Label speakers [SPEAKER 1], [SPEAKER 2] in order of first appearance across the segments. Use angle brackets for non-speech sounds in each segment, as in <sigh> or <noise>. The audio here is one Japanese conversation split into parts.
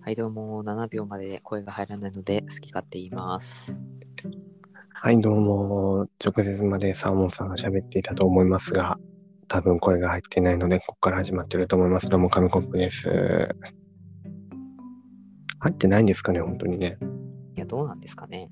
[SPEAKER 1] はい、どうも、7秒まで声が入らないので、好き勝手言います。
[SPEAKER 2] はい、どうも。直接までサーモンさんが喋っていたと思いますが、多分声が入っていないので、ここから始まってると思います。どうも、紙コップです。入ってないんですかね、本当にね。
[SPEAKER 1] いや、どうなんですかね。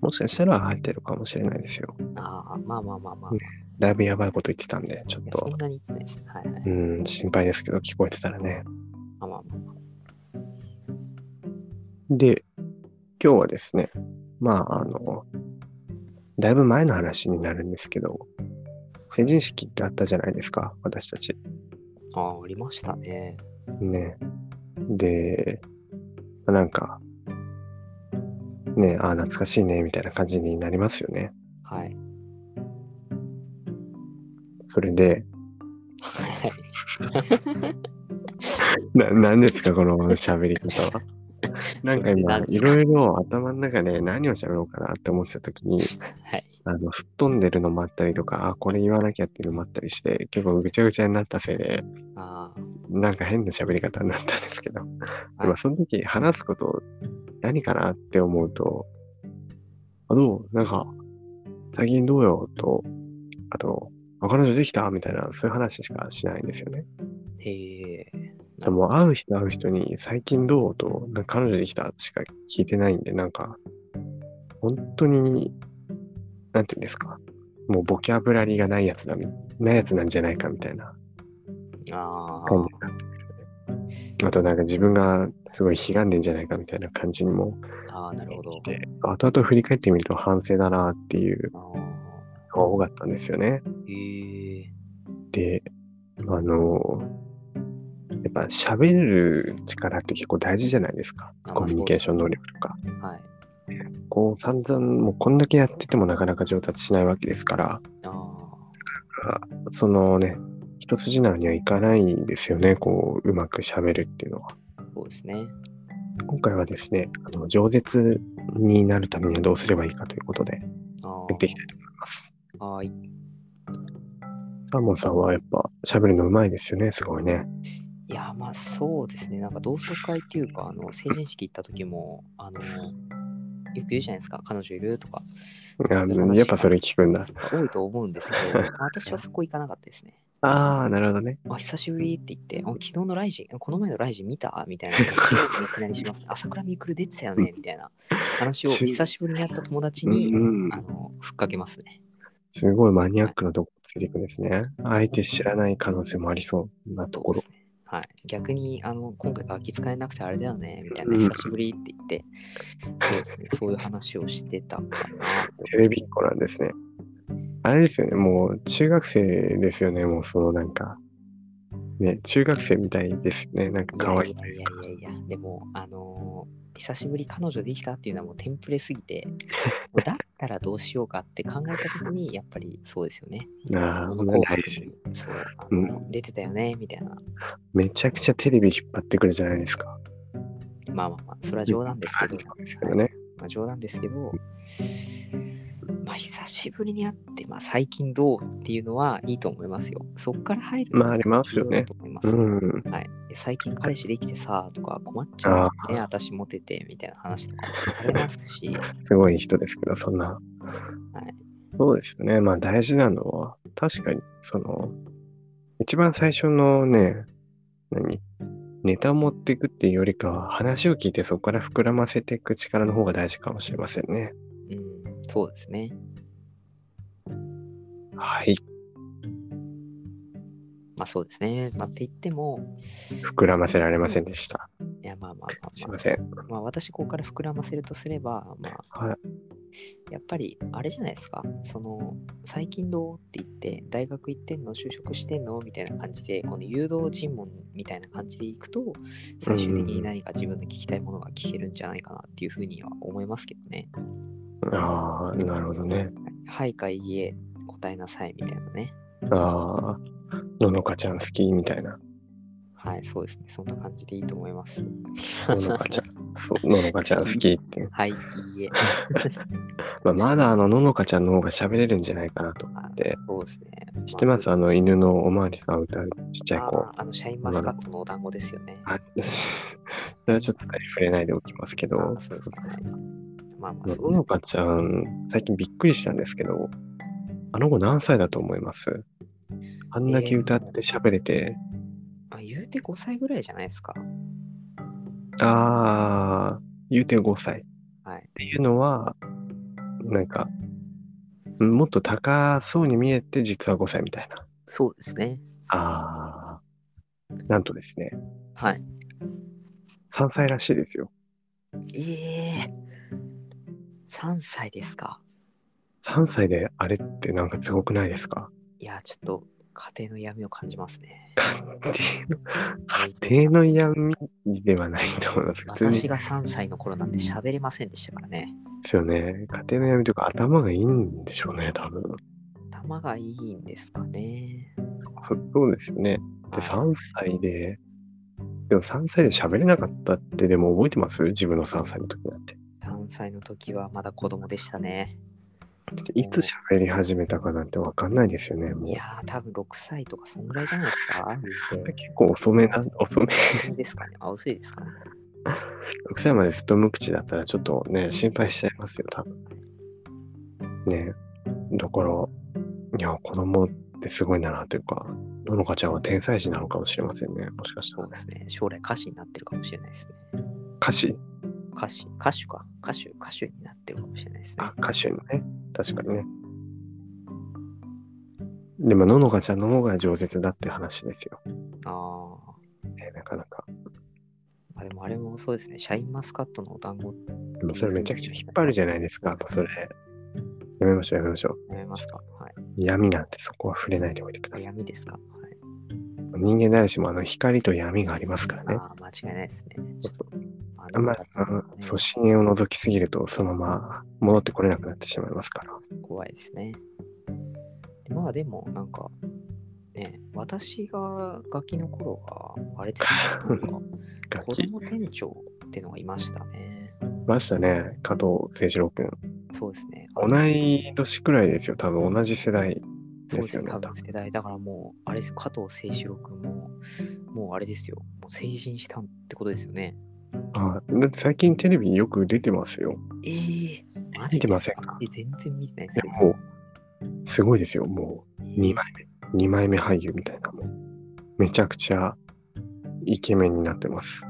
[SPEAKER 2] もしかしたら入ってるかもしれないですよ。
[SPEAKER 1] ああ、まあまあまあまあ、
[SPEAKER 2] うんだいぶやばいこと言ってたんで、ちょっ
[SPEAKER 1] いやそ
[SPEAKER 2] と
[SPEAKER 1] ん、なに言ってないです。はいはい。
[SPEAKER 2] うん、心配ですけど、聞こえてたらね。
[SPEAKER 1] まあまあまあ。
[SPEAKER 2] で、今日はですね、まあ、あの、だいぶ前の話になるんですけど、成人式ってあったじゃないですか、私たち。
[SPEAKER 1] ああー、ありましたね。
[SPEAKER 2] ね。で、まあなんか、ね、あー懐かしいね、みたいな感じになりますよね。
[SPEAKER 1] はい。
[SPEAKER 2] それで、
[SPEAKER 1] はい。
[SPEAKER 2] な、なんですか、この喋り方は。 <laughs> なんか今
[SPEAKER 1] それで何、で
[SPEAKER 2] い
[SPEAKER 1] すか
[SPEAKER 2] ろいろ頭の中で何を喋ろうかなって思ってた時に、
[SPEAKER 1] はい。
[SPEAKER 2] あの、吹っ飛んでるのもあったりとか、あ、これ言わなきゃっていうのもあったりして、結構ぐちゃぐちゃになったせいで、
[SPEAKER 1] あ
[SPEAKER 2] なんか変な喋り方になったんですけど、
[SPEAKER 1] い
[SPEAKER 2] まあその時話すこと何かなって思うと、あ、どうなんか、最近どうよと、あと、あ彼女できたみたいな、そういう話しかしないんですよね。
[SPEAKER 1] あ、へえ。
[SPEAKER 2] でも、会う人会う人に、最近どうと、なんか彼女できたしか聞いてないんで、なんか、本当に、なんていうんですか、もうボキャブラリーがないやつだ、みないやつなんじゃないかみたいな
[SPEAKER 1] ああ、
[SPEAKER 2] 感じになってくるね。あと、なんか自分がすごい悲願でんじゃないかみたいな感じにも
[SPEAKER 1] ああ、なるほど。
[SPEAKER 2] で後々振り返ってみると反省だなっていう
[SPEAKER 1] あ
[SPEAKER 2] のが多かったんですよね。
[SPEAKER 1] あ、へえ。
[SPEAKER 2] で、あの、やっぱ喋る力って結構大事じゃないですか。
[SPEAKER 1] あまあ
[SPEAKER 2] コミュニケーション能力とか。
[SPEAKER 1] はい。
[SPEAKER 2] こう散々もうこんだけやっててもなかなか上達しないわけですから、
[SPEAKER 1] あ
[SPEAKER 2] そのね、一筋縄にはいかないんですよね。こう、うまく喋るっていうのは。
[SPEAKER 1] あ、そうですね。
[SPEAKER 2] 今回はですね、あの、饒舌になるためにはどうすればいいかということで、
[SPEAKER 1] あ
[SPEAKER 2] やっていきたいと思います。
[SPEAKER 1] あ、はい。
[SPEAKER 2] サーモンさんはやっぱ喋るのうまいですよね。すごいね。
[SPEAKER 1] いや、まあそうですね。なんか同窓会っていうか、あの成人式行った時も、あの、よく言うじゃないですか、彼女いるとか、
[SPEAKER 2] あ
[SPEAKER 1] って話
[SPEAKER 2] やっぱそれ聞くんだ。
[SPEAKER 1] 多いと思うんですけど、まあ私はそこ行かなかったですね。
[SPEAKER 2] ああ、なるほどね。
[SPEAKER 1] あ、久しぶりって言って、あ昨日のライジン、この前のライジン見たみ
[SPEAKER 2] <laughs>
[SPEAKER 1] たいな話をいきなりします、ね。朝倉未来出てたよねみたいな話を
[SPEAKER 2] ちゅ
[SPEAKER 1] 久しぶりに会った友達
[SPEAKER 2] う
[SPEAKER 1] に、
[SPEAKER 2] ん、
[SPEAKER 1] あの、ふっかけますね。
[SPEAKER 2] すごいマニアックなとこついていくんですね。相手知らない可能性もありそうなところ
[SPEAKER 1] そう。ですねはい、逆にあの今回楽器使えなくてあれだよねみたいな、
[SPEAKER 2] うん
[SPEAKER 1] 久しぶりって言って、そうですね、そういう話をしてたかなって
[SPEAKER 2] テレビっ子なんですね。あれですよね。もう中学生ですよね。もうそのなんか。ね、中学生みたいですよね。なんか可愛い
[SPEAKER 1] い。やいやいやいやいや、でも、あのー久しぶり彼女できたっていうのはもうテンプレすぎ
[SPEAKER 2] <laughs>
[SPEAKER 1] て、もうだったらどうしようかって考えた時に、やっぱりそうですよね。
[SPEAKER 2] ああ、
[SPEAKER 1] この
[SPEAKER 2] 大
[SPEAKER 1] 後輩
[SPEAKER 2] 事。
[SPEAKER 1] にそう、あの出てたよね、みたいな。
[SPEAKER 2] めちゃくちゃテレビ引っ張ってくるじゃないですか。
[SPEAKER 1] まあまあまあ、それは冗談ですけど、
[SPEAKER 2] そうですけどね。
[SPEAKER 1] まあ、冗談ですけど、まあ、久しぶりに会って、まあ、最近どうっていうのはいいと思いますよ。そっから入るの
[SPEAKER 2] まあありますよ
[SPEAKER 1] 重
[SPEAKER 2] ね
[SPEAKER 1] 要だと思います
[SPEAKER 2] うん。
[SPEAKER 1] はい、最近彼氏できてさとか困っちゃうよね、私モテてみたいな話とかもありますし、
[SPEAKER 2] すごい人ですけど、そんな。
[SPEAKER 1] はい
[SPEAKER 2] そうですよね。まあ大事なのは、確かに、その、一番最初のね、何ネタを持っていくっていうよりかは、話を聞いてそこから膨らませていく力の方が大事かもしれませんね。
[SPEAKER 1] うん、そうですね。
[SPEAKER 2] はい。
[SPEAKER 1] まあそうですね。まあって言っても、
[SPEAKER 2] 膨らませられませんでした。
[SPEAKER 1] いやまあまあまあ、
[SPEAKER 2] すい
[SPEAKER 1] ま
[SPEAKER 2] ません。
[SPEAKER 1] あ、まあ私ここから膨らませるとすれば、まあ
[SPEAKER 2] はい。
[SPEAKER 1] やっぱりあれじゃないですか、その最近どうって言って、大学行ってんの、就職してんのみたいな感じで、この誘導尋問みたいな感じでいくと、最終的に何か自分の聞きたいものが聞けるんじゃないかなっていうふうには思いますけどね。
[SPEAKER 2] ああ、なるほどね。
[SPEAKER 1] はいかいいえ、答えなさいみたいなね。
[SPEAKER 2] ああ、ののかちゃん好きみたいな。
[SPEAKER 1] はい、そうですね。そんな感じでいいと思います。
[SPEAKER 2] ののかちゃん、そう、ののかちゃん好きっていう。
[SPEAKER 1] <laughs> はい、いいえ。
[SPEAKER 2] まあ、まだあの、ののかちゃんの方が喋れるんじゃないかなと思
[SPEAKER 1] あ
[SPEAKER 2] って。
[SPEAKER 1] そうですね。
[SPEAKER 2] 知ってますあの犬のおまわりさん歌うちっちゃい
[SPEAKER 1] あ
[SPEAKER 2] 子。
[SPEAKER 1] ああの、シャインマスカットのお団子ですよね。
[SPEAKER 2] あそれはちょっと触れないでおきますけど、
[SPEAKER 1] あそうですね。まあまあ、そう
[SPEAKER 2] ののかちゃん、最近びっくりしたんですけど、あの子何歳だと思いますあんだけ歌って喋れて、
[SPEAKER 1] あ言うて5歳ぐらいじゃないですか。
[SPEAKER 2] あー、言うて5歳っ
[SPEAKER 1] はい。
[SPEAKER 2] ていうのは、なんか、もっと高そうに見えて、実は5歳みたいな。
[SPEAKER 1] そうですね。
[SPEAKER 2] あー、なんとですね、
[SPEAKER 1] はい。
[SPEAKER 2] 3歳らしいですよ。
[SPEAKER 1] ええ3歳ですか。
[SPEAKER 2] 3歳であれってなんかすごくないですか <laughs>
[SPEAKER 1] いや、ちょっと家庭の闇を感じますね。
[SPEAKER 2] 家庭の闇ではないと思います。普通に
[SPEAKER 1] 私が3歳の頃なんて喋れませんでしたからね。
[SPEAKER 2] ですよね。家庭の闇というか頭がいいんでしょうね、多分。
[SPEAKER 1] 頭がいいんですかね。
[SPEAKER 2] そうですよね。で、3歳で、でも3歳で喋れなかったってでも覚えてます自分の3歳の時なんて。
[SPEAKER 1] 3歳の時はまだ子供でしたね。
[SPEAKER 2] いつ喋り始めたかなんてわかんないですよね、も。
[SPEAKER 1] いうやー、多分6歳とかそんぐらいじゃないですか。言うて
[SPEAKER 2] 結構遅めな、遅め。
[SPEAKER 1] 遅いですかね。あ、遅いですかね。
[SPEAKER 2] 6歳までずっと無口だったらちょっとね、心配しちゃいますよ、多分。ねだから、いや、子供ってすごいんだなというか、ののかちゃんは天才児なのかもしれませんね、もしかした
[SPEAKER 1] そう
[SPEAKER 2] ら。
[SPEAKER 1] ですね。将来歌手になってるかもしれないですね。
[SPEAKER 2] 歌詞
[SPEAKER 1] 歌手、歌手か。歌手、歌手になってるかもしれないですね
[SPEAKER 2] あ。、歌手にね。確かにね。でも、ののかちゃんの方が饒舌だって話ですよ。
[SPEAKER 1] ああ。
[SPEAKER 2] ねなかなか。
[SPEAKER 1] まあでもあれもそうですね。シャインマスカットのお団子って
[SPEAKER 2] でもそれめちゃくちゃ引っ張るじゃないですか、やっぱそれ。やめましょう、やめましょう。
[SPEAKER 1] 思いますかはい。
[SPEAKER 2] 闇なんてそこは触れないでおいてくだ
[SPEAKER 1] あ
[SPEAKER 2] さい。
[SPEAKER 1] 闇ですかはい。
[SPEAKER 2] 人間誰しもあの光と闇がありますからね。
[SPEAKER 1] ああ、間違いないですね。ち
[SPEAKER 2] そ
[SPEAKER 1] ょっと
[SPEAKER 2] うそう
[SPEAKER 1] あ
[SPEAKER 2] あんまり、あ
[SPEAKER 1] の
[SPEAKER 2] のそう、深淵を覗きすぎると、そのまま戻ってこれなくなってしまいますから。
[SPEAKER 1] 怖いですね。でまあでも、なんか、ね、私がガキの頃は、あれですね、な
[SPEAKER 2] <laughs>
[SPEAKER 1] んか、
[SPEAKER 2] 楽
[SPEAKER 1] 子
[SPEAKER 2] 器。
[SPEAKER 1] 供店長ってのがいましたね。
[SPEAKER 2] ましたね、加藤誠志郎君。
[SPEAKER 1] そうですね。あ
[SPEAKER 2] 同い年くらいですよ、多分同じ世代。
[SPEAKER 1] そうです
[SPEAKER 2] ですよね
[SPEAKER 1] 多分世代。だからもう、あれですよ、加藤清志郎君も、もうあれですよ、もう成人したってことですよね。
[SPEAKER 2] あだって最近テレビよく出てますよ。
[SPEAKER 1] ええマ
[SPEAKER 2] 見
[SPEAKER 1] ジ
[SPEAKER 2] て
[SPEAKER 1] で
[SPEAKER 2] ますせん
[SPEAKER 1] か
[SPEAKER 2] か
[SPEAKER 1] え全然見てないで
[SPEAKER 2] です
[SPEAKER 1] けど。
[SPEAKER 2] もう、すごいですよ。もう、2
[SPEAKER 1] えー
[SPEAKER 2] 枚目。2枚目俳優みたいなもん。めちゃくちゃイケメンになってます。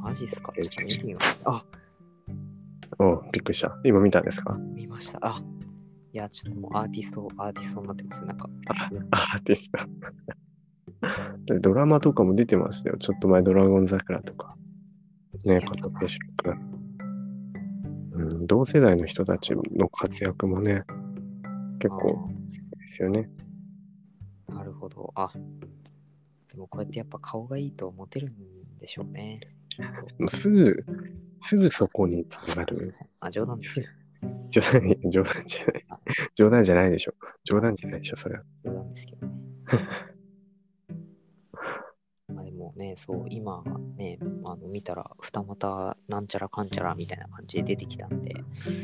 [SPEAKER 1] マジっすかちょっと見てみました。あ
[SPEAKER 2] うん、びっくりした。今見たんですか <laughs>
[SPEAKER 1] 見ました。あいや、ちょっともうアーティスト、アーティストになってます。なんか、
[SPEAKER 2] アーティスト。 <laughs> でドラマとかも出てましたよ。ちょっと前、ドラゴン桜とか。
[SPEAKER 1] い
[SPEAKER 2] ね、
[SPEAKER 1] や
[SPEAKER 2] 加藤清志郎君。うん、同世代の人たちの活躍もね、結構好きですよね。
[SPEAKER 1] あーなるほど。あでもこうやってやっぱ顔がいいとモテるんでしょうね。
[SPEAKER 2] もうすぐ、すぐそこにつなが
[SPEAKER 1] すい
[SPEAKER 2] る <laughs>
[SPEAKER 1] ま。せん。あ、冗談ですよ。
[SPEAKER 2] 冗談、冗談じゃない。冗談じゃないでしょ。冗談じゃないでしょ、それは。
[SPEAKER 1] 冗談です
[SPEAKER 2] <laughs>
[SPEAKER 1] けどね。まあでもね、そう、今ね、あの見たら、二股なんちゃらかんちゃらみたいな感じで出てきたんで、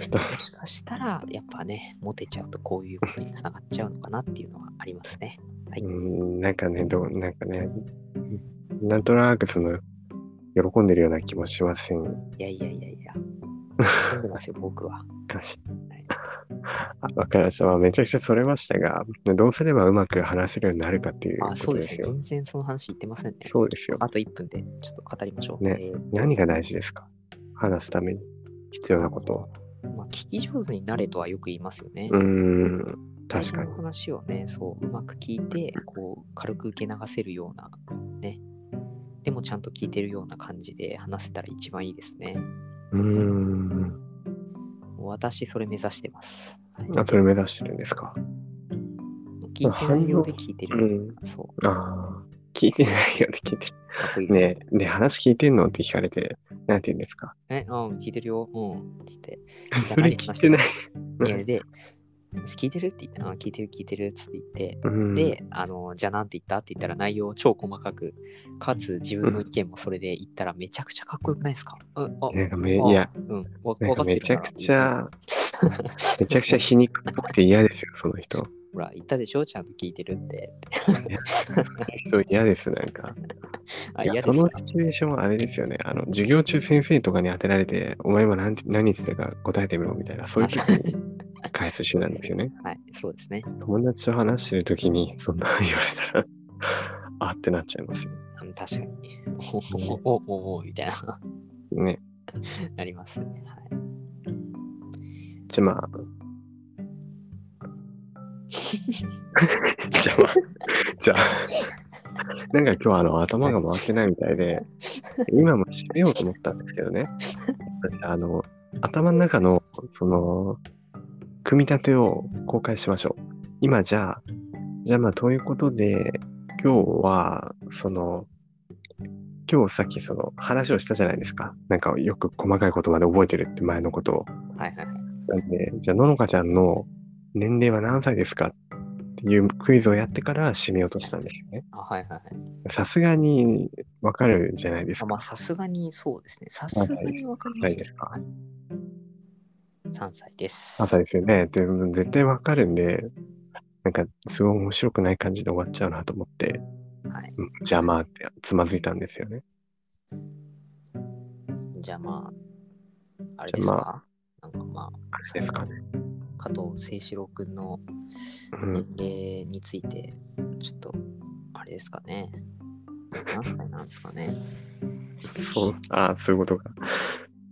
[SPEAKER 2] 二
[SPEAKER 1] もしかしたら、やっぱね、モテちゃうとこういうことにつながっちゃうのかなっていうのはありますね。はい。
[SPEAKER 2] うん、なんかね、どう、なんかね、なんとなくその、喜んでるような気もしません。
[SPEAKER 1] いやいやいやいや。喜んでますよ、僕は。
[SPEAKER 2] <laughs> あわかりました。まあ、めちゃくちゃそれましたが、どうすればうまく話せるようになるかっていうこ
[SPEAKER 1] あ、そ
[SPEAKER 2] と
[SPEAKER 1] う
[SPEAKER 2] で
[SPEAKER 1] です
[SPEAKER 2] す
[SPEAKER 1] ね。
[SPEAKER 2] よ。
[SPEAKER 1] 全然その話言ってませんね。
[SPEAKER 2] そうですよ
[SPEAKER 1] あと1分でちょっと語りましょう。
[SPEAKER 2] ね
[SPEAKER 1] えー
[SPEAKER 2] 何が大事ですか話すために必要なことは。
[SPEAKER 1] まあ、聞き上手になれとはよく言いますよね。
[SPEAKER 2] うーん、確
[SPEAKER 1] 相手
[SPEAKER 2] かに
[SPEAKER 1] の。話をね、そう、うまく聞いて、こう、軽く受け流せるような、ね。でもちゃんと聞いてるような感じで話せたら一番いいですね。
[SPEAKER 2] うーん。
[SPEAKER 1] もう私、それ目指してます。はい
[SPEAKER 2] あ、それ目指してるんですか。
[SPEAKER 1] 聞いてないようで聞いてるみたいな。そう、
[SPEAKER 2] ああ、聞いてないよって聞いて
[SPEAKER 1] かっこいいですよ
[SPEAKER 2] ねえ、ねえ話聞いてんのって聞かれて、なんて言うんですか。
[SPEAKER 1] え、うん、聞いてるよ、うん、つって。
[SPEAKER 2] <laughs> それ聞いてない。
[SPEAKER 1] いや、で、聞いてるって言って、あ聞いてる聞いてるつって言って、
[SPEAKER 2] うん、
[SPEAKER 1] で、あの、じゃあなんて言ったって言ったら内容を超細かく、かつ自分の意見もそれで言ったらめちゃくちゃかっこよくないですかうん、あ、
[SPEAKER 2] なんかめ、
[SPEAKER 1] あ
[SPEAKER 2] いや、、
[SPEAKER 1] うん、わ
[SPEAKER 2] なん
[SPEAKER 1] わかって
[SPEAKER 2] かめ
[SPEAKER 1] る
[SPEAKER 2] ち
[SPEAKER 1] か
[SPEAKER 2] ゃ
[SPEAKER 1] ら
[SPEAKER 2] くちゃ、めちゃくちゃ皮肉っぽくて嫌ですよ、その人。
[SPEAKER 1] ほら、言ったでしょちゃんと聞いてるって。
[SPEAKER 2] そう嫌です、なんか。
[SPEAKER 1] あ、
[SPEAKER 2] いや
[SPEAKER 1] 嫌です
[SPEAKER 2] その
[SPEAKER 1] か
[SPEAKER 2] シチュエーションはあれですよね。あの、授業中先生とかに当てられて、お前今何て何してたか答えてみろみたいな、そういう時に返す手段ですよね。
[SPEAKER 1] はい、そうですね。
[SPEAKER 2] 友達と話してる時に、そんな言われたら、 <laughs> あってなっちゃいますよ
[SPEAKER 1] うん確か
[SPEAKER 2] <laughs>
[SPEAKER 1] に。おおおおおおみたいな、
[SPEAKER 2] ね。
[SPEAKER 1] なりますね。はい
[SPEAKER 2] じゃあまあ。じゃあまあ。じゃあ。なんか今日あの頭が回ってないみたいで、今も締めようと思ったんですけどね。あの、頭の中の、その、組み立てを公開しましょう。今じゃあ、じゃあまあ、ということで、今日は、その、今日さっきその話をしたじゃないですか。なんかよく細かいことまで覚えてるって前のことを。
[SPEAKER 1] はいはいはい。
[SPEAKER 2] なんで、じゃあ、ののかちゃんの年齢は何歳ですかっていうクイズをやってから締めようとしたんですよね。
[SPEAKER 1] あ、はいはいはい。
[SPEAKER 2] さすがにわかるじゃないです
[SPEAKER 1] あ
[SPEAKER 2] か。
[SPEAKER 1] まあ、さすがにそうですね。さすがにわかりま
[SPEAKER 2] ない
[SPEAKER 1] す
[SPEAKER 2] で
[SPEAKER 1] よ。
[SPEAKER 2] すか。
[SPEAKER 1] 3歳です。
[SPEAKER 2] 朝ですよね。でも絶対わかるんで、なんかすごい面白くない感じで終わっちゃうなと思って、
[SPEAKER 1] はい。
[SPEAKER 2] うんじゃあまあってつまずいたんですよね。
[SPEAKER 1] じゃあまあ、あれですか、なんかま
[SPEAKER 2] あれですかね。
[SPEAKER 1] あ、加藤清志郎君の
[SPEAKER 2] うん
[SPEAKER 1] 年。齢について、ちょっと、あれですかね。何歳なんですかね。
[SPEAKER 2] そう、ああ、そういうことか。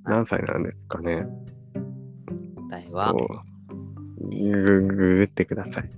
[SPEAKER 2] 何歳なんですかね。
[SPEAKER 1] 答えは、
[SPEAKER 2] こう、グググってください。